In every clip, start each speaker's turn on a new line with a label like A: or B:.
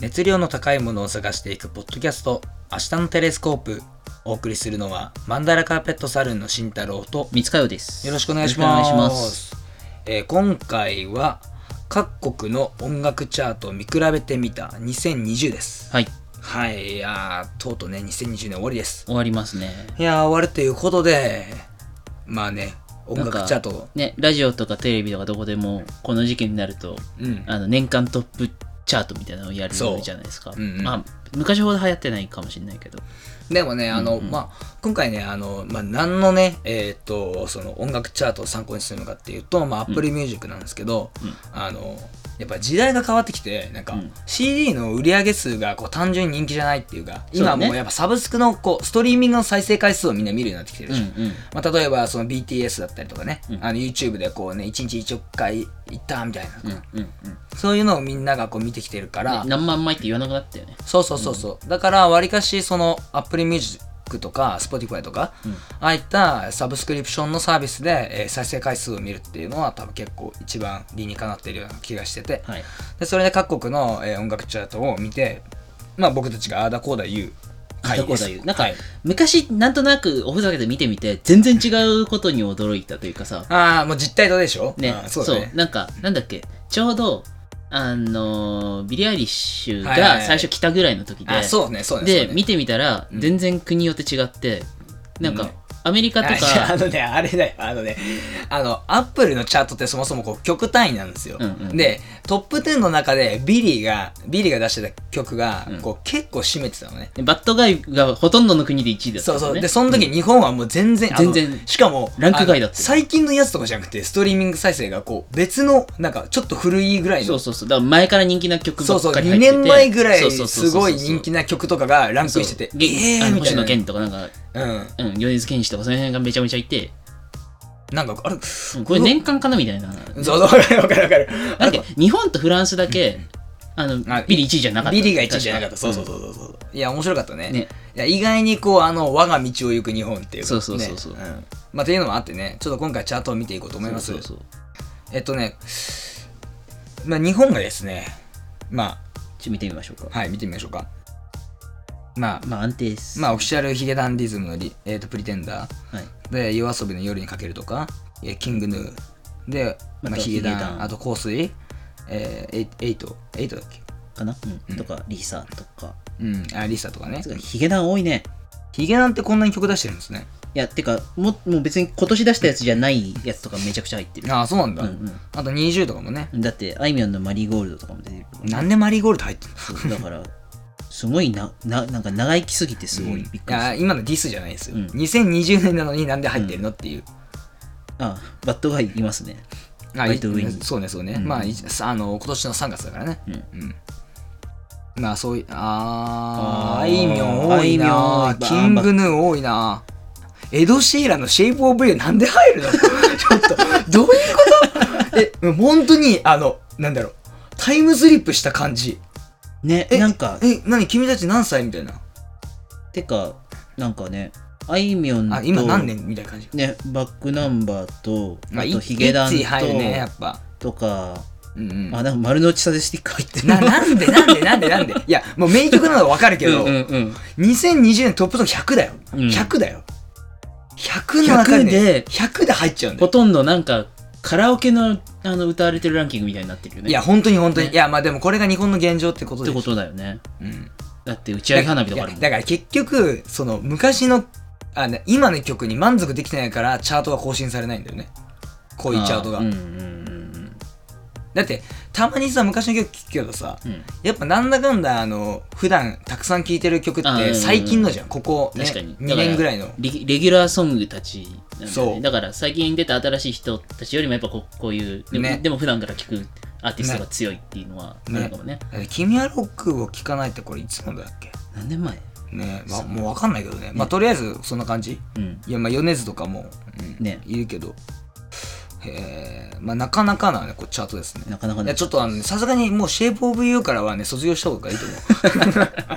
A: 熱量の高いものを探していくポッドキャスト「明日のテレスコープ」お送りするのはマンダラカーペットサルーンの慎太郎と
B: 三塚洋です。
A: よろしくお願いします
B: よろくお願いします
A: えー今回は各国の音楽チャートを見比べてみた2020です
B: はい、
A: はいいやーとうとうね2020年終わりです
B: 終わりますね。
A: いやー終わるということでまあね音楽チャート
B: ね、ラジオとかテレビとかどこでも、この時期になると、
A: うん
B: あの年間トップチャートみたいなのをやる
A: そう
B: じゃないですか。
A: うんうん
B: まあ、昔ほど流行ってないかもしれないけど。
A: でもね、あの、
B: うんうん
A: まあ、今回ね、あの、まあ、何のね、えーっと、その音楽チャートを参考にするのかっていうと、まあ、Apple Music なんですけど、
B: うん
A: あの、やっぱ時代が変わってきて、なんか
B: うん
A: CD の売り上げ数がこう単純に人気じゃないっていうか、今は
B: そう
A: も
B: ね
A: うやっぱサブスクのこうストリーミングの再生回数をみんな見るようになってきてる
B: う
A: で
B: ん
A: し
B: う
A: ょ。ま
B: ん。
A: あ、例えばその BTS だったりとかね、
B: うん
A: あの YouTube でこうね、1日1億回行ったみたいな、
B: うんうんうん。
A: そういうのをみんながこう見てきてるから、
B: 何万枚って言わなくなったよね。
A: そうそうそうそう、だからわりかしその Apple Music とか Spotify とか、
B: うん
A: ああいったサブスクリプションのサービスで、えー再生回数を見るっていうのは多分結構一番理にかなっているような気がしてて
B: はい。
A: でそれで各国の、えー音楽チャートを見てまあ僕たちがああだこうだ言う回です
B: ああだこうだ言うなんか
A: はい
B: 昔、なんとなくおふざけで見てみて、全然違うことに驚いたというかさ、
A: ああもう実態とでしょ
B: ね
A: あ、ー
B: そ
A: そううだね
B: なんか、なんだっけ、ちょうど、あのービリー・アイリッシュ
A: はいはいは
B: が
A: い
B: 最初来たぐらいの時で、
A: あそうねそうね
B: で、
A: そうね
B: 見てみたら、
A: うん
B: 全然国によって違って、なん
A: う
B: か
A: ん、
B: アメリカと
A: あいやあ
B: か、
A: のね、あれだよ、あのね、あの、アップルのチャートってそもそもこう曲単位なんですよ。
B: うんうん
A: で、トップ10の中でビリーが、ビリーが出してた曲が、
B: うん
A: こう結構占めてたのね。
B: バッドガイがほとんどの国で1位だった
A: そ
B: ん
A: う
B: だよ
A: そう。
B: ね
A: で、その時日本はもう全然、あの
B: 全然
A: しかも、
B: ランク外だった
A: あの最近のやつとかじゃなくて、ストリーミング再生がこう、別の、なんかちょっと古いぐらい
B: そ
A: の。
B: うそうそう。だから前から人気な曲
A: そ
B: ば
A: う
B: っか
A: そう、
B: り入
A: 2
B: ってて。
A: 年前ぐらい、
B: そうそうそうそう
A: すごい人気な曲とかがランクインしてて、
B: そう
A: え
B: あ
A: ー
B: の
A: みた
B: 星
A: い
B: 野
A: な。
B: 源とかなんか、
A: うん。
B: うん、米津玄師とかその辺がめちゃめちゃいて、
A: なんか、あれ、
B: うんこれ年間かなみたいな。
A: そうそう、わかるわかるわかる。
B: だって日本とフランスだけ、あの
A: あ、
B: ビリ1位じゃなかった。
A: ビリが1位じゃなかった。そうそう
B: 確
A: そうそうそう。いや、面白かったね。
B: ね
A: いや意外にこう、あの、我が道を行く日本っていう、ね。
B: そうそうそうそうん
A: まあ、っていうのもあってね、ちょっと今回チャートを見ていこうと思い
B: か
A: ま
B: に
A: す。
B: そうそうそう。
A: えっとね、まあ、日本がですね、ま
B: ちょっと見てみましょうか。
A: あ、はい、見てみましょうか。まあ、
B: まあ安定です。
A: まあ、オフィシャルヒゲダンディズムのリ、えー、とプリテンダ
B: はい。
A: ー、で、夜遊びの夜にかけるとか、えーキングヌー、で、
B: ま
A: まあ、
B: た
A: ヒゲダン、
B: ヒゲダン
A: あと香水、えー、エイエイト、エイトだっけ
B: かなうん。とか、リサとか。
A: うん、あ、リサとかね
B: つ。うかヒゲダン多いね。
A: ヒゲダンってこんなに曲出してるんですね。
B: いや、てか、ももう別に今年出したやつじゃないやつとかめちゃくちゃ入ってる。
A: ああ、そうなんだ。
B: うんうん
A: あと20とかもね。
B: だって、あいみょんのマリーゴールドとかも出てるからね
A: なんでマリーゴールド入ってんの
B: そうだから、すごいな、ななんか長生きすぎてすごいびっくりし
A: い
B: た。
A: や今のディスじゃないですよ、
B: うん
A: 2020年なのになんで入ってるのっていう、
B: あ、バッドガイいますね。
A: あ
B: 割と上に
A: そうねそうね、
B: うん
A: まあいさあの今年の3月だからね
B: うん。
A: うんまあそういうあーあ
B: あー
A: いみょん多いな
B: あいみょん多い
A: キングヌー多いなエド・シーランの「シェイプ・オブ・ユー」なんで入るの ちょっとどういうこと え本当にあのなんだろうタイムスリップした感じ
B: ね、
A: え
B: なんか、
A: え何君たち何歳みたいな
B: てか、なんかね、あいみょんと、
A: あ今何年みたいな感じ
B: ね、バックナンバーと、
A: まあ、
B: あ
A: い
B: とヒゲダンと
A: 一位、入るね、やっぱ。
B: とか、
A: うんうん
B: あ、なんか丸の内サデスティック入ってる
A: ななんでなんでなんで なんでいやもう名曲なの分かるけど、
B: うんうんうん。
A: 2020年トップソング100だよ、
B: うん
A: 100だよ100の中に
B: 100で
A: 100で入っちゃうんだ
B: ほ
A: よ
B: とんどなんか、カラオケのあの歌われてるランキングみたいになってるよね。
A: いや本当に本当に、
B: ね
A: いやまあでもこれが日本の現状ってこと
B: っ
A: で
B: てことだよね。
A: うん、
B: だって打ち上げ花火とかあるも
A: いやだ
B: ん。
A: から結局その昔のあね今の曲に満足できてないからチャートが更新されないんだよねこういうチャートが、
B: あうんうんうん
A: だってたまにさ昔の曲聴くけどさ
B: うん。
A: やっぱなんだかんだあの普段たくさん聴いてる曲っ
B: あうんうんう
A: て
B: ん
A: 最近のじゃんここ、ね、
B: 確かに
A: 2年ぐらいの
B: レギレギュラーソングたちなんだよね
A: そう
B: だから最近出た新しい人たちよりもやっぱここういうでも,、
A: ね
B: でも普段から聞くアーティストが強いっていうのはあるかもね
A: え君はロックを聴かないってこれいつもだっけ
B: 何年前
A: ねえ、まあ、
B: そう
A: もう分かんないけどねまあとりあえずそんな感じ
B: うん
A: いやまあ米津とかも、うん
B: ね
A: いるけどへえまあなかなかなねこうチャートですね
B: なかなか
A: い
B: ね
A: やちょっとあのねさすがにもう「シェイプオブユーからはね卒業した方がいいと思う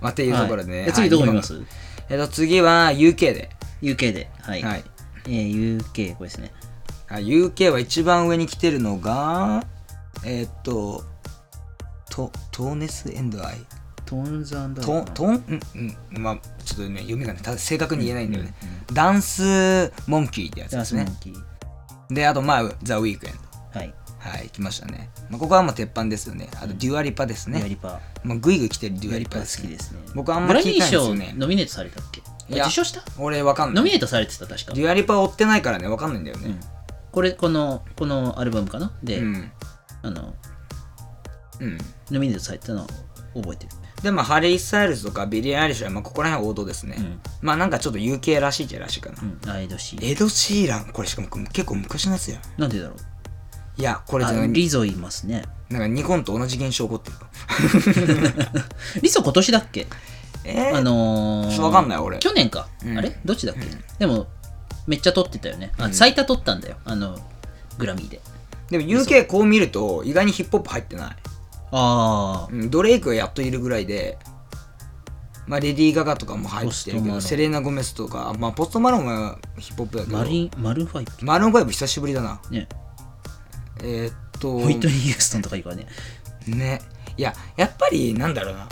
A: まあっていうところでね、、
B: はいえ次どこ見ますす
A: えっと次は UK で
B: ?UK ではい、
A: はい
B: えー、UK これですね
A: あ UK は一番上に来てるのがえっとトトーネスエンドアイ
B: トーンズアンド
A: ト
B: かな
A: トンうんうんまあちょっとね読みがねた正確に言えないんだよね、
B: うんうん
A: ダンスモンキーってやつ
B: ダ
A: で
B: ン
A: す
B: スモン
A: ね
B: キー
A: であとまあザ・ウィークエンド
B: はい
A: はい来ましたね、まあ、ここはもう鉄板ですよねあとデュアリパです
B: デュア
A: ね、
B: リパ
A: まあ、グイグイ来てるデ
B: デ
A: ュアリ
B: パ
A: パ
B: 好
A: です
B: きですね
A: 僕あんま聞い
B: グ
A: たんで
B: ラミー
A: すよ
B: 賞
A: ね
B: ノミネートされたっけ
A: いや
B: 受賞した
A: 俺わかんな
B: ノ
A: い
B: ミ
A: デ
B: ネートされてた確か
A: ュアリパ追ってないからねわかんないんだよね
B: これこのこのアルバムかなで、
A: うん
B: あの
A: うん
B: ノミネートされたのを覚えてる
A: でまあハリー・スタイルズとかビリー・アイリッシュはまあここら辺は王道ですね、
B: うん
A: まあなんかちょっと UK らしいっちゃらしいかな、
B: うんアイドシー
A: エド・シーランこれしかも結構昔のやつや
B: なんでだろう
A: いやこれじゃ
B: あ
A: ない
B: リゾいま すね
A: なんか日本と同じ現象起こってるか
B: リゾ今年だっけ
A: えー
B: あのー、
A: わかんない俺
B: 去年か、
A: うん
B: あれどっちだっけ、でもめっちゃ撮ってたよねあ最多撮ったんだよあのグラミーで
A: でも UK こう見ると意外にヒップホップ入ってない、
B: ああ
A: うん、ドレイクがやっといるぐらいでまあレディー・ガガとかも入ってる
B: ポスト
A: け
B: マロ
A: ど
B: ン
A: セレーナ・ゴメスとかまあポストマロンはヒップホップだけど
B: マリンマルーンファイブ
A: マロン・ファイブ久しぶりだな
B: ね
A: えーっと
B: ホイットニー・ヒューストンとかいうからね
A: ねいややっぱりなんだろうな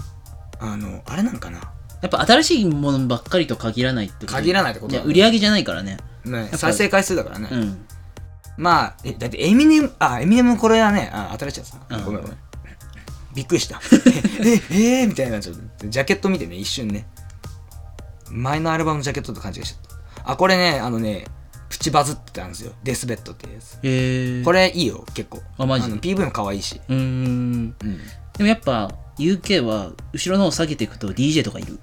A: あのあれなんかな、
B: やっぱ新しいものばっかりと限らないってこと
A: 限らないってことだ
B: ね
A: ね
B: 売り上げじゃないからね
A: ね、
B: ぱ
A: 再生回数だからね、
B: うん
A: まあえだってエミネムあエミネムこれはねあ新しいやつだ
B: うん
A: ごめんごめんびっくり したえええー、みたいなちょっとジャケット見てね一瞬ね前のアルバムのジャケットと勘違いしちゃったあこれねあのねプチバズってたんですよデスベッドっていうやつ
B: へえ
A: こ
B: れ
A: れいいよ結構
B: あマジ
A: の PV も可愛いし
B: うーん
A: うん
B: でもやっぱ UK は後ろの方下げていくと DJ とかいる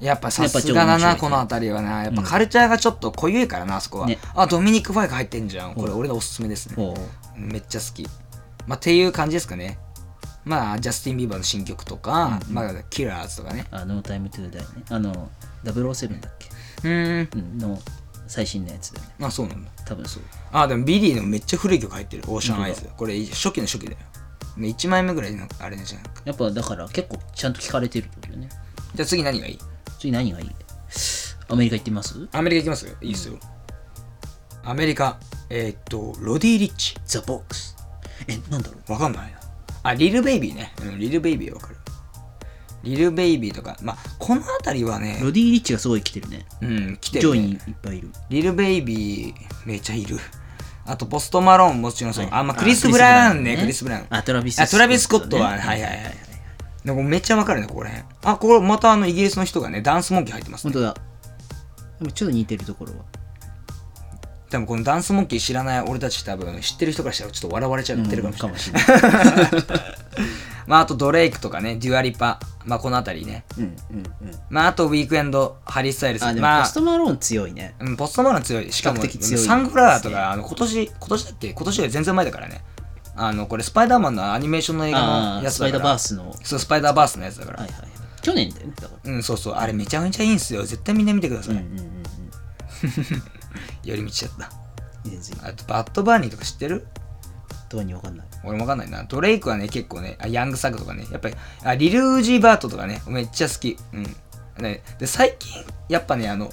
A: やっぱさすがだ
B: やっ
A: な、
B: ぱちょ
A: こ
B: っと面白い
A: の辺りはな。やっぱカルチャーがちょっと濃ゆいからな、あそこは。
B: ね
A: あ、ドミニク・ファイが入ってんじゃん。これ俺のおすすめですね。
B: おう
A: めっちゃ好き。まあ、っていう感じですかね。まあ、ジャスティン・ビーバーの新曲とか、まあ、キラーズとかね。
B: あの Time to Die ねあの007だっけ
A: うーん。
B: うんの最新のやつだよね
A: あ、そうなんだ。
B: 多分そう
A: あ、でもビリーのめっちゃ古い曲入ってる。オーシャン・アイズ。これ初期の初期だよ。ね、1枚目ぐらいのあれじゃん。
B: やっぱだから結構ちゃんと聞かれてるってことだよね
A: じゃあ次何がいい
B: 次何がいいアメリカ行ってみます
A: アメリカ行きますいいっすよ。アメリカ、えーっと、ロディ・リッチ。
B: ザ・ボックスえなんだろう
A: わかんないな。あ、リルベイビーね。うん、リルベイビーわかる。リルベイビーとか、まあ、この辺りはね、
B: ロディ・リッチがすごい来てるね
A: うん、来て
B: 上
A: る、
B: 位にい
A: ね
B: っ。ぱいいる
A: リルベイビー、めちゃいる。あと、ポストマローンもちろんそう。
B: はい
A: あ、まあ、クリス・ブラウンね、クリス・ブラウン。
B: あ、トラビス・
A: あ、トラビス・スコットは、
B: ね
A: はいはいはいはい。なんかめっちゃわかるね、ここら辺。あ、これまたあのイギリスの人がね、ダンスモンキー入ってます、
B: 本
A: ね。
B: 当だ。でもちょっと似てるところは。
A: 多分このダンスモンキー知らない俺たち多分知ってる人からしたらちょっと笑われちゃってるかもしれない。
B: れない。
A: まああとドレイクとかね、デュアリパ、まあこの辺りね。
B: うんうんうん。
A: まああとウィークエンド、ハリー・スタイルズ。
B: あ、でも
A: ま
B: ポストマローン強いね。
A: うん、ポストマロン強い。しかも、
B: 比較的強い
A: サンフラワーと
B: ですね
A: か、あの今年、今年だっけ今年より全然前だからね。あの、これ、スパイダーマンのアニメーションの映画
B: あ
A: の
B: ー
A: やつ
B: スパ
A: だ
B: イ
A: か
B: ダ
A: ら。
B: ーバースの。はい
A: そう、スパイダーバースのやつだから。
B: はい。去年だよね。だか
A: うん、そうそう。あれ、めちゃめちゃいいんすよ。絶対みんな見てください。
B: ら。うんうんうんうん。
A: 寄り道しちゃった。
B: 全然。
A: あと、バッドバーニーとか知ってる
B: どうにわかんない。
A: 俺もわかんないな。ドレイクはね、結構ね、あヤングサグとかね、やっぱり、あリルージーバートとかね、めっちゃ好き。うん。ね、で、最近、やっぱね、あの、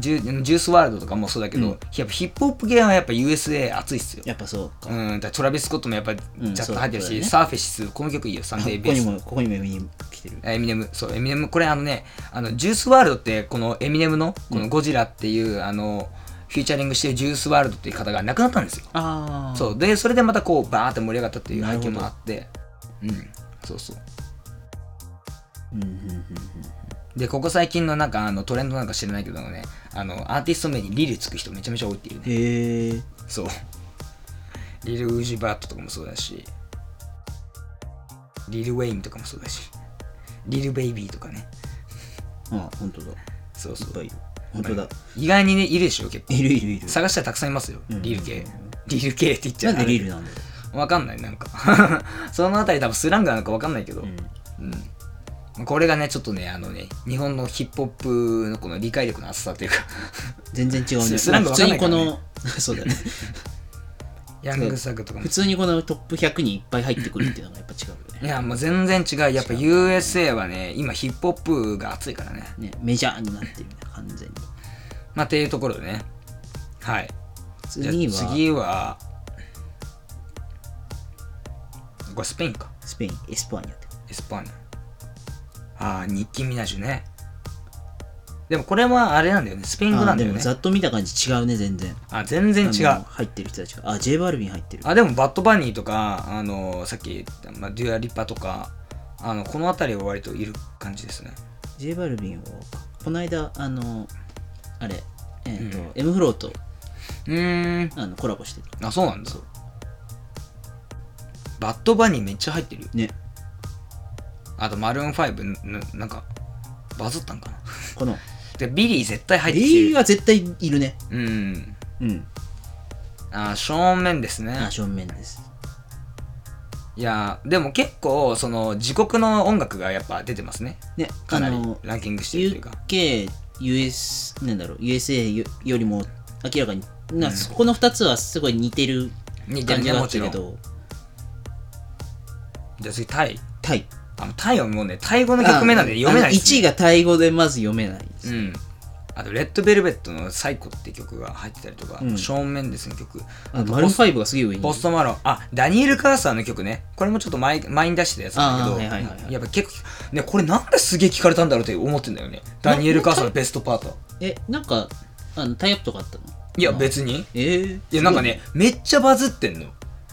A: ジュジュースワールドとかもそうだけど、
B: うん
A: やっぱヒップホップ系はやっぱ USA 熱いっすよ。
B: やっぱそうか。
A: うん、だからトラビス・スコットもやっぱジ
B: う
A: ャ
B: ん
A: ッと入ってるし、
B: そうだね
A: サーフェシス、この曲いいよ、サン
B: あこ
A: デーベ
B: こ
A: ー
B: に
A: ス。
B: も、ここにも目に来てる。
A: エミネム、そう、エミネム、これあのね、あのジュースワールドって、このエミネムの、このゴジラっていう、あの、フィーチャリングしてるジュースワールドっていう方が亡くなったんですよ。
B: ああ。
A: そう、で、それでまたこう、バーって盛り上がったっていう背景も
B: な
A: あ
B: る
A: って、うん、そうそう。
B: うんうんうんうん。
A: で、ここ最近のなんか、あのトレンドなんか知らないけどね、あの、アーティスト名にリルつく人めちゃめちゃ多いっていうね。
B: へえ。
A: そう。リル・ウジバートとかもそうだし、リル・ウェインとかもそうだし、リル・ベイビーとかね。
B: あ、本当だ。いっ
A: そうそう。
B: ぱいいる。本当だ。
A: 意外にね、いるでしょ、結構。
B: いるいるいる。
A: 探したらたくさんいますよ、
B: うん
A: リル系。リル系って言っちゃ
B: な
A: うん
B: でリールなんだろ
A: わかんない、なんか。 そのあたり多分スラングなのかわかんないけど
B: う。う。ん。
A: うんこれがね、ちょっとね、あのね、日本のヒップホップのこの理解力の厚さと いうか、
B: 全然違うね。
A: スラング
B: ま
A: わ
B: あ
A: か
B: 普
A: ん
B: 通
A: ないか
B: にこ
A: らね
B: の、 そうだね。
A: ヤングサグとかも
B: 普。通にこのトップ100にいっぱい入ってくるっていうのがやっぱ違うよ
A: い
B: ね。
A: や、もう全然違う。やっぱ USA はね、今ヒップホップが熱いからね。
B: ねメジャーになってるね、完全に。
A: まあ、っていうところでね。はい。
B: 次は
A: じゃあ次は、これスペインか。
B: スペイン、エスパーニャってこと。
A: エスパーニャああニッキー・ミナージュねでもこれはあれなんだよねスペイン語な
B: あ
A: んだ
B: で
A: よ
B: も
A: ね
B: ざっと見た感じ違うね全然
A: あ全然違
B: あの
A: う
B: 入ってる人たちがあ J バルビン入ってる
A: あでもバッドバニーとかあのさっき言った、まあ、デュア・リッパとかあのこの辺りは割といる感じですね
B: J バルビンをこの間あのあれえっ、と、
A: うん
B: M フローと
A: うーん
B: あのコラボしてた
A: あそうなんだバッドバニーめっちゃ入ってるよ
B: ね
A: あとマルーン5ななんかバズったんかな
B: この
A: でビリー絶対入ってきて
B: A
A: る、
B: は絶対いるね
A: うん
B: うん
A: あ正面ですね
B: あ正面です
A: いやでも結構その自国の音楽がやっぱ出てますね
B: ね
A: か
B: あ
A: なり
B: の
A: ランキングしてるというか
B: UKUS なんだろう USA よよりも明らかにな、そこの2つはすごい似てる
A: 似てる
B: 感じ
A: ね
B: があ
A: も
B: った
A: ちろ
B: け
A: んじ
B: ど
A: ゃあ次タイ
B: タイ
A: あのタイはもうねタイ語の曲名なんで読めないです、
B: 1
A: ね、
B: 位がタイ語でまず読めないです
A: うんあとレッドベルベットの「サイコ」って曲が入ってたりとか、
B: うん
A: 正面ですの曲
B: あマルファイブがすげえ上にいる
A: ポストマロンあダニエル・カーサーの曲ねこれもちょっと前前に出してたやつなんだけど、
B: あーはいはいはいはい
A: やっぱ結構ねこれなんですげえ聞かれたんだろうって思ってんだよねダニエル・カーサーのベストパート
B: えなんかあのタイアップとかあったの
A: いや
B: あ
A: 別に
B: えー、
A: いやなんかねめっちゃバズってんの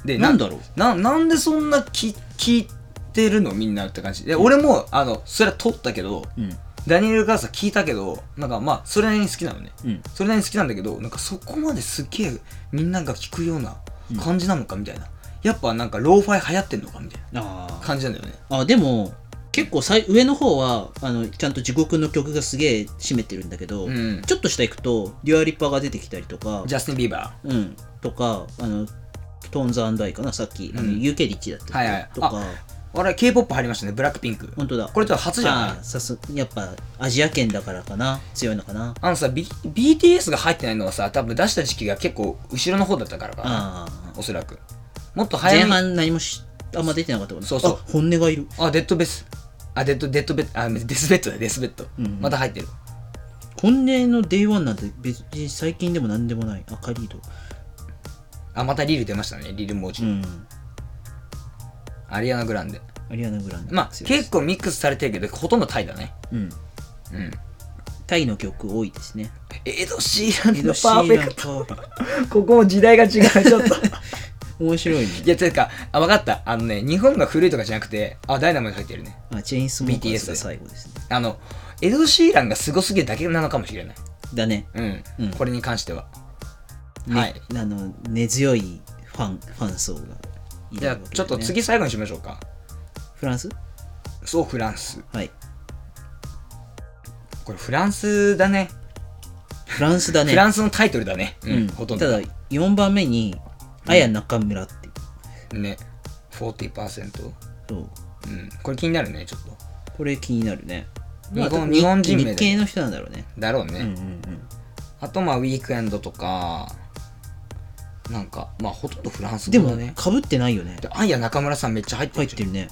A: で
B: なんだろう
A: ななんでそんなき聞いてるのみんなって感じで俺もあのそれは撮ったけど
B: すごいね
A: ダニエル・カーサー聞いたけどなんかまあそれなりに好きなのね
B: うんうん
A: それなりに好きなんだけどなんかそこまですっげえみんなが聞くような感じなのかみたいな、やっぱなんかローファイ流行ってんのかみたい
B: あ
A: な
B: ー
A: 感じなんだよね
B: あでも結構最上の方はあのちゃんと地獄の曲がすげえ占めてるんだけど、
A: うん
B: ちょっと下行くとデュアリッパーが出てきたりとか
A: ジャスティン・ビーバ
B: うんとかあのトーンズアンダイかなさっき、あの
A: うん
B: UK で1位だったっけ
A: はいはい
B: とか
A: ーあれ K-POP 入りましたねブラックピンク
B: 本当だ
A: これとは初じゃない
B: あーさすやっぱアジア圏だからかな強いのかな
A: あのさ、B、BTS が入ってないのはさ多分出した時期が結構後ろの方だったからかな
B: ああ
A: おそらくもっと早
B: 前
A: めに
B: 半何もしあんま出てなかったから
A: そうそう
B: あ本音がいる
A: あデッドベスあデッドデッドベッあデスベッドだデスベッド、
B: うんうん
A: また入ってる
B: 本音の Day1 なんて別に最近でも何でもないあカリード
A: あまたリル出ましたねリルもうち
B: う
A: ょい
B: ん
A: アリアナ・グランデ
B: アリアナ・グランデ
A: まあ
B: 強いです
A: 結構ミックスされてるけどほとんどタイだね
B: うん
A: うん
B: タイの曲多いです ね
A: エド・シーラン
B: エド
A: の
B: シ
A: パーフ
B: ーラ
A: ェ
B: ン
A: ク
B: パーフェク
A: トここも時代が違うち ょっと
B: ト面白い ね
A: いやてかあ分かったあのね日本が古いとかじゃなくてあダイナマイト入ってるね
B: あチェインスモーカー
A: BTS
B: ズが最後ですね
A: あのエド・シーランがすごすぎるだけなのかもしれない
B: だね
A: うん、
B: うん
A: これに関しては
B: ね
A: はい
B: あの根強いファンファン層がいるわけ
A: じ
B: だ
A: ゃ
B: よね
A: あちょっと次最後にしましょうか
B: フランス
A: そうフランス
B: はい
A: これフランスだね
B: フランスだね
A: フランスのタイトルだね、うん
B: うん
A: ほとんど
B: ただ4番目にあや中村っていう
A: ね40%
B: そう
A: うんこれ気になるねちょっと
B: これ気になるね
A: 日
B: まあ
A: 本日本人名だ
B: 日系の人なんだろうね
A: だろうね、
B: うんうんうん
A: あとまあウィークエンドとかなんかまあほとんどフランス
B: で
A: 語だ
B: も
A: ね
B: かぶってないよね
A: でアイや中村さんめっちゃ入ってる
B: 入っ
A: じ
B: てるね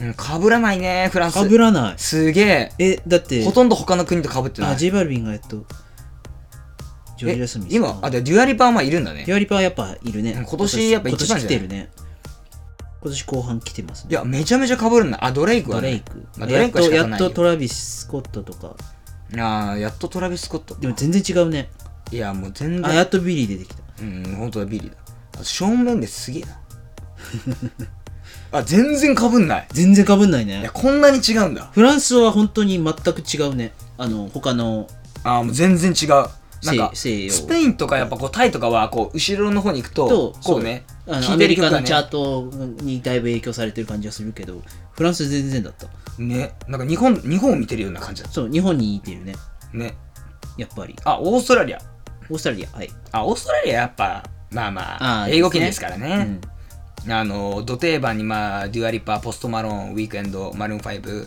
A: ゃんうんかぶらないねフランス
B: かぶらない
A: すげ
B: えだっ
A: え
B: て
A: ほとんど他の国とかぶってない
B: あ J バルビンがやっとジョージ・ラスミス
A: え今あでデュアリパーはいるんだね
B: デュアリパはやっぱいるね
A: うん今年やっぱ一番
B: 今年来てるね今年後半来てます
A: い
B: ね
A: やめちゃめちゃかぶるんだあドレイクは
B: ドレイ
A: ね
B: ク、
A: まあドレ
B: やっ
A: イクは
B: と
A: 仕方
B: や
A: な
B: っ
A: いよ
B: とトラビス・スコットとか
A: あーやっとトラビス・スコット
B: でも全然違うね
A: いやもう全
B: あ
A: 然
B: やっとビリー出てきた
A: うん本当だビリーだあ正面ですげえなあ全然かぶんない
B: 全然かぶんない
A: い
B: ね
A: やこんなに違うんだ
B: フランスは本当に全く違うねあの他の
A: あーもう全然違うなんか
B: 西西洋
A: スペインとかやっぱこうタイとかはこう後ろの方に行くと
B: と
A: こうね
B: あの
A: 聞
B: ア
A: いて
B: メ
A: る
B: リカ
A: 曲が
B: のチャ
A: ね
B: ートにだいぶ影響されてる感じがするけどフランス全然だった
A: ねなんか日本日本を見てるような感じだ
B: そう日本に似てるね
A: ね
B: やっぱり
A: あオーストラリア
B: オーストラリアはい
A: あオーストラリアやっぱまあま
B: あ
A: あ
B: ー
A: 英語圏ですから
B: う
A: ね
B: ん
A: あのド定番にまあデュアリッパーポストマロンウィークエンドマルーン5、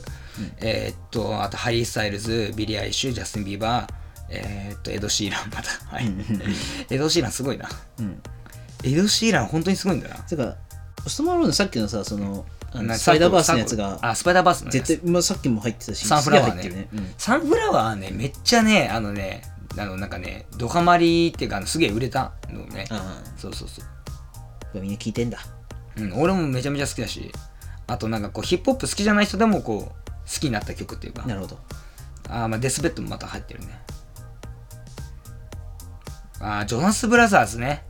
A: えーっとあとハリー・スタイルズビリー・アイリッシュジャスティン・ビーバーえーっとエド・シーランまたはいエド・シーランすごいな
B: うん
A: エド・シーラン本当にすごいんだな
B: てかポストマローンのさっきのさそのあの
A: な
B: スパイダーバースのやつが
A: あスパイダーバースのやつ
B: 絶対、まあ、さっきも入ってたし
A: サンフラワーね
B: すげえ入ってるね、
A: サンフラワーはね、めっちゃね、あのね、あのなんかね、ドハマりっていうか、あのすげえ売れたのね
B: う。ん、ああ
A: そうそうそう。
B: みんな聞いてんだ
A: うん、俺もめちゃめちゃ好きだし、あとなんかこうヒップホップ好きじゃない人でもこう好きになった曲っていうか
B: なるほど
A: あーまあデスベッドもまた入ってるねあージョナス・ブラザーズね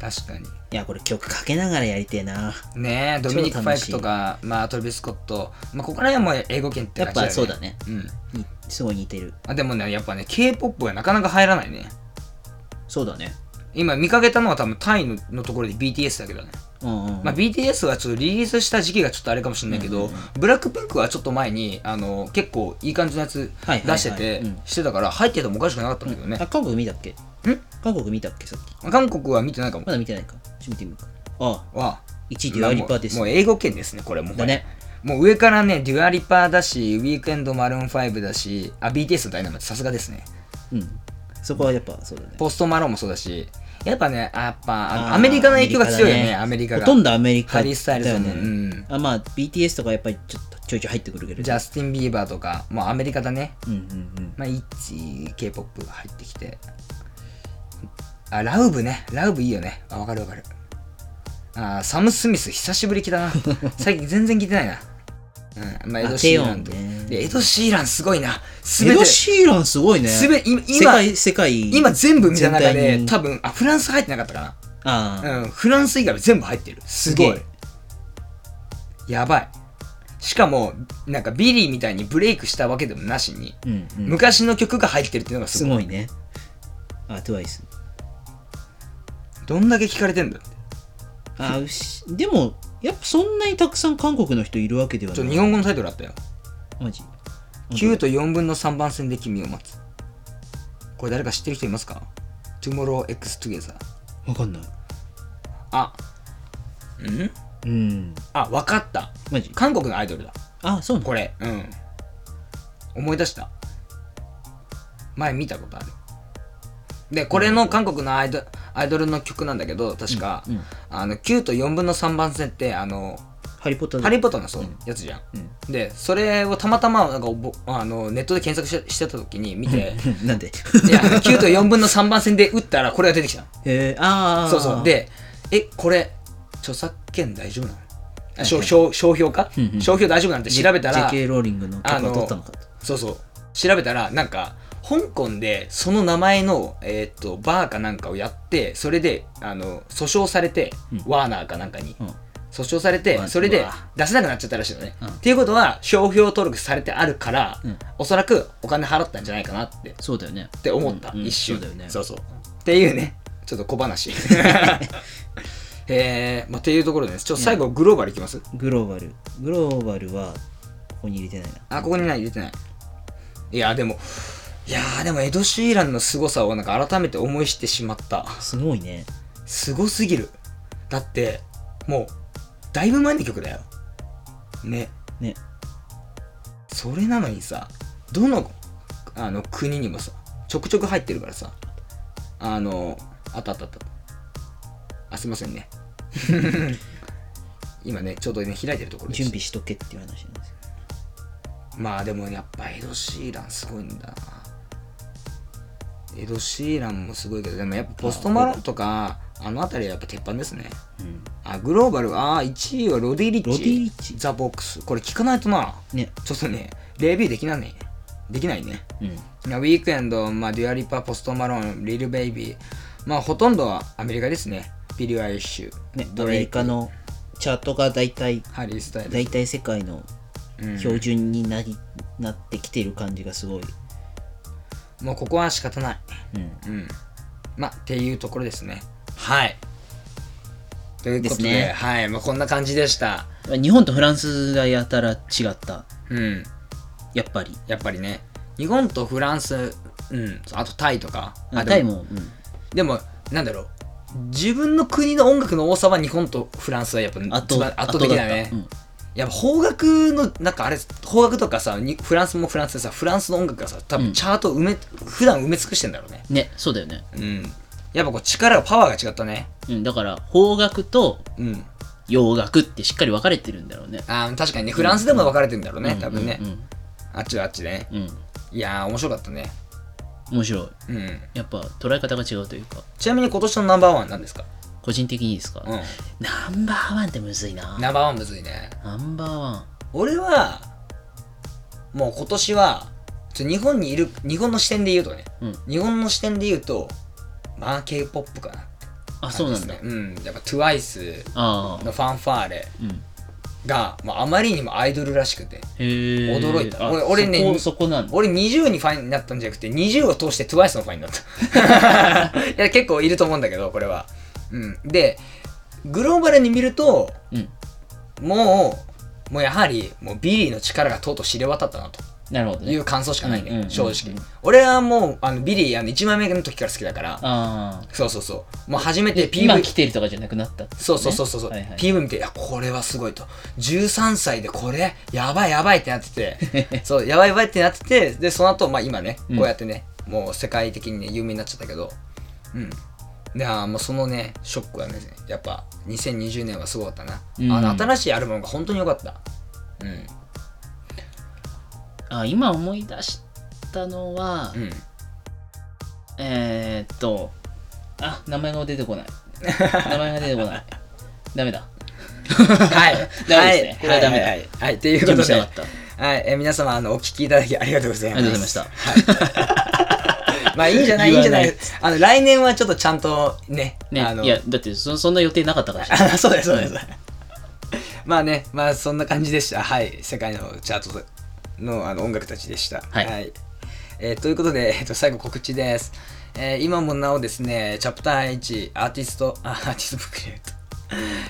A: 確かに
B: いやこれ曲かけながらやりてえな
A: ねえドミニック・
B: 超
A: ファ
B: 楽
A: イ
B: しい
A: クとか、まあ、トレビス・スコット、まあ、ここら辺はもう英語圏って
B: やっ
A: 感じだよね
B: ぱそうだね
A: うん
B: にすごい似てる
A: あでもねやっぱね k p o p はなかなか入らないね
B: そうだね
A: 今見かけたのは多分タイののところで BTS だけどね、
B: うんうん、うん
A: まあ、BTS はちょっとリリースした時期がちょっとあれかもしれないけど、ブラックピンクはちょっと前にあの結構いい感じのやつ
B: はいはいはい
A: 出してて、
B: うん
A: してたから入っててもおかしくなかったんだけどね、
B: あ韓国見たっけん韓国見たっけさっき
A: 韓国は見てないかも
B: まだ見てないかちょっと見てみようかあ
A: は
B: 1位デュアリパーです
A: もう英語圏ですねこれも
B: だね
A: もう上からねデュアリパーだしウィークエンドマルーン5だしあ BTS のダイナマイトさすがですね
B: うんそこはやっぱそうだね
A: ポストマローンもそうだしやっぱねあやっぱあの
B: あー
A: アメリカの影響が強いよねア
B: ア
A: メ
B: メ
A: リ
B: リ
A: カ
B: カ
A: が
B: がほとんどアメリカ
A: ハリー・スタイルズもね
B: だよ
A: う
B: ね
A: ん
B: あまあ BTS とかやっぱりちょっとちょいちょい入ってくるけど
A: ジャスティン・ビーバーとかもうアメリカだね
B: うんうん
A: まあ1 k p o p が入ってきてあラウブねラウブいいよねあわかるわかるあーサム・スミス久しぶり来た な最近全然聞いてないなうんまあエド・シーランと
B: あテヨンね
A: でエド・シーランすごいなす
B: うんエ
A: べて
B: ド・シーランすごいね
A: すべ今
B: 世界世界
A: 今全部見た中
B: 全体
A: で
B: に
A: 多分あフランス入ってなかったか
B: ああ
A: な、うん、フランス以外は全部入ってるすご
B: す
A: い
B: げ
A: やばいしかもなんかビリーみたいにブレイクしたわけでもなしに、
B: うんうん
A: 昔の曲が入ってるっていうのがす
B: す
A: ごい
B: ごいねあ TWICE
A: どんだけ聞かれてんだって
B: あうしでもやっぱそんなにたくさん韓国の人いるわけでは
A: ち
B: な
A: ょ
B: い
A: 日本語のタイトルあったよ
B: マジ
A: 9と4分の3番線で君を待つこれ誰か知ってる人いますか ?Tomorrow X Together
B: わかんない
A: あん
B: うん
A: あわかった
B: マジ
A: 韓国のアイドルだ
B: あそうなの
A: これうん思い出した前見たことあるでこれの韓国のアイドアイドルの曲なんだけど確か、
B: うんうん
A: あの9と4分の3番線ってあの
B: ハリー・ポッター
A: ハ
B: だ
A: リー・ポッターのそう、やつじゃん、
B: う
A: でそれをたまたまなんかおぼあのネットで検索ししてた時に見て
B: なんで
A: いや9と4分の3番線で打ったらこれが出てきたの
B: えー、ああ
A: そうそう。で、え、これ、著作権大丈夫なのあ商
B: はい
A: 商商標か
B: うんうん
A: 商標大丈夫なんて調べたら、
B: JK ローリングの許
A: あ
B: 可
A: の
B: 取ったのかと
A: そうそう。調べたら、なんか、香港でその名前の、えーっとバーかなんかをやって、それであの訴訟されて、
B: うん
A: ワーナーかなんかに。
B: うん
A: 訴訟され
B: う
A: て、
B: わ
A: それで
B: うわ
A: 出せなくなっちゃったらしいのね。
B: うん
A: っていうことは、商標登録されてあるから、
B: うん
A: おそらくお金払ったんじゃないかなって
B: そうだよね
A: って思った、
B: うんうん
A: 一瞬
B: そうだよね
A: そうそうっていうねちょっと小話 えー、まあ、っていうところですちょっと最後グローバルいきます、
B: グローバルグローバルはここに入れてないな
A: あここにない入れてないいやでもいやーでもエド・シーランの凄さをなんか改めて思いしてしまった
B: すごいね
A: 凄すぎるだってもうだいぶ前の曲だよね
B: ね
A: それなのにさどのあの国にもさちょくちょく入ってるからさあのあったあったあったあすいませんね 今ねちょうどね開いてるところです
B: 準備しとけっていう話なんですよ
A: まあでもやっぱエド・シーランすごいんだなエド・シーランもすごいけどでもやっぱポストマロンとかあの辺りはやっぱ鉄板ですね
B: うん
A: あグローバルあ1位はロディ・リッチ
B: ロディリッチ
A: ザ・ボックスこれ聞かないとな
B: ね
A: ちょっとね、レビューできないね。できないね。
B: うん
A: ウィークエンド、まあ、デュアリパ、ポストマローン、リル・ベイビー、まあ、ほとんどはアメリカですね。ビリー・アイリッシュ、
B: ねア
A: ド
B: メ
A: レイ
B: リ
A: ク、
B: カのチャートが大体
A: ハリー・スタイル。
B: 大体世界の標準になり、なってきてる感じがすごい、
A: もうここは仕方ない。
B: うん、
A: うん。まあ、っていうところですね。はい。ということで、
B: ですね
A: はい、まあ、こんな感じでした。
B: 日本とフランスがやたら違った
A: うん。
B: やっぱり
A: やっぱりね、日本とフランス、うん、あとタイとか、あ
B: タイも、うん
A: でもなんだろう自分の国の音楽の多さは日本とフランスはやっぱ一
B: 圧倒
A: 番圧倒的だ
B: 圧
A: ね、
B: 倒だっ
A: やっぱ邦楽のなんかあれ邦楽とかさにフランスもフランスでさフランスの音楽がさ多
B: う
A: 分
B: ん
A: チャートを埋め、普段埋め尽くしてんだろうね
B: たうんねそうだよね、
A: うんやっぱこう力がパワーが違ったね
B: うん、だから邦楽と
A: うん
B: 洋楽ってしっかり分かれてるんだろうね
A: あー確かにねフランスでも分かれてんだろうね、多分ね、
B: うん
A: あっちはあっちでね
B: うん、うん
A: いやー面白かったね
B: 面白い
A: うん
B: やっぱ捉え方が違うというか
A: ちなみに今年のナンバーワンなんですか
B: 今個人的にですか、
A: う。
B: ナンバーワンってむずいなん
A: ナンバーワンむずいね。
B: ナンバーワン
A: 俺は、もう今年は、ちょ日本にいる、日本の視点で言うとね、
B: うん
A: 日本の視点で言うと、まあ K-POP かなって感じ
B: あそうなんだ、
A: ですねうん。やっぱ TWICE
B: ああ
A: のファンファーレ
B: うん
A: が、まあ、あまりにもアイドルらしくて、
B: へえ
A: 驚いた俺俺ね
B: そこそこなんだ
A: 俺20にファンになったんじゃなくて20を通して TWICE のファンになった いや結構いると思うんだけどこれは、うん、でグローバルに見ると
B: うん
A: もうもうやはりもうビリーの力がとうとう知れ渡ったなと
B: なるほど
A: い
B: ね
A: う感想しかないね、
B: うんうんうん
A: 正直、俺はもうあのビリーあの1枚目の時から好きだから
B: ああ
A: そうそうそうもう初めて
B: 今
A: PV
B: 来てるとかじゃなくなったってことね
A: そうそうそうそう、そう
B: はいはい
A: PV 見ていやこれはすごいと13歳でこれやばいやばいってなって てそうやばいやばいってなっててでその後、まあ今ね
B: うん
A: こうやってね、もう世界的にね有名になっちゃったけどうんいやーもうそのねショックはねやっぱ2020年はすごかったな、
B: うん
A: あの新しいアルバムが本当に良かったうん
B: あ今思い出したのは、
A: うん
B: えー、っとあ名前が出て こない名前が出てこないダメだ
A: はい
B: ダメ
A: は
B: です
A: い
B: ねこれはダメだ
A: はいはいはいというこ
B: 準
A: と
B: 備
A: で
B: しなか
A: は
B: ったあ
A: いえー皆様あのお聞きいただきありがとうござい
B: り
A: ま
B: が
A: す
B: とうございました
A: まあいいんじゃないいいん
B: 言わ
A: じゃな
B: ない
A: いあの来年はちょっとちゃんとねあ
B: ね
A: の
B: いやだってそそんな予定なかっ たから
A: あそうですそうですまあねまあそんな感じでしたはい世界のチャートのあの音楽たちでした
B: はい
A: えーということで、えっと最後告知です、えー今もなおですねチャプター1アーティストあアーティストブックレート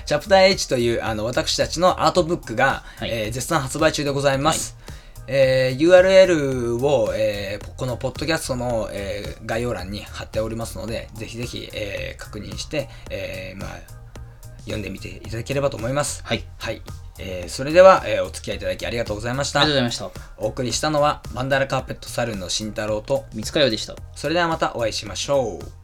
A: チャプター H というあの私たちのアートブックが、
B: はい
A: えー絶賛発売中でございます、えー URL を、えーこのポッドキャストの、えー概要欄に貼っておりますのでぜひぜひ、えー確認して、えーまあ、読んでみていただければと思います
B: はい
A: はい、えーそれでは、えーお付き合いいただきありがとうございまし
B: あ
A: た
B: りがとうございました
A: お送りしたのはマンダラカーペットサルンの慎太郎と
B: 三塚洋でした
A: それではまたお会いしましょう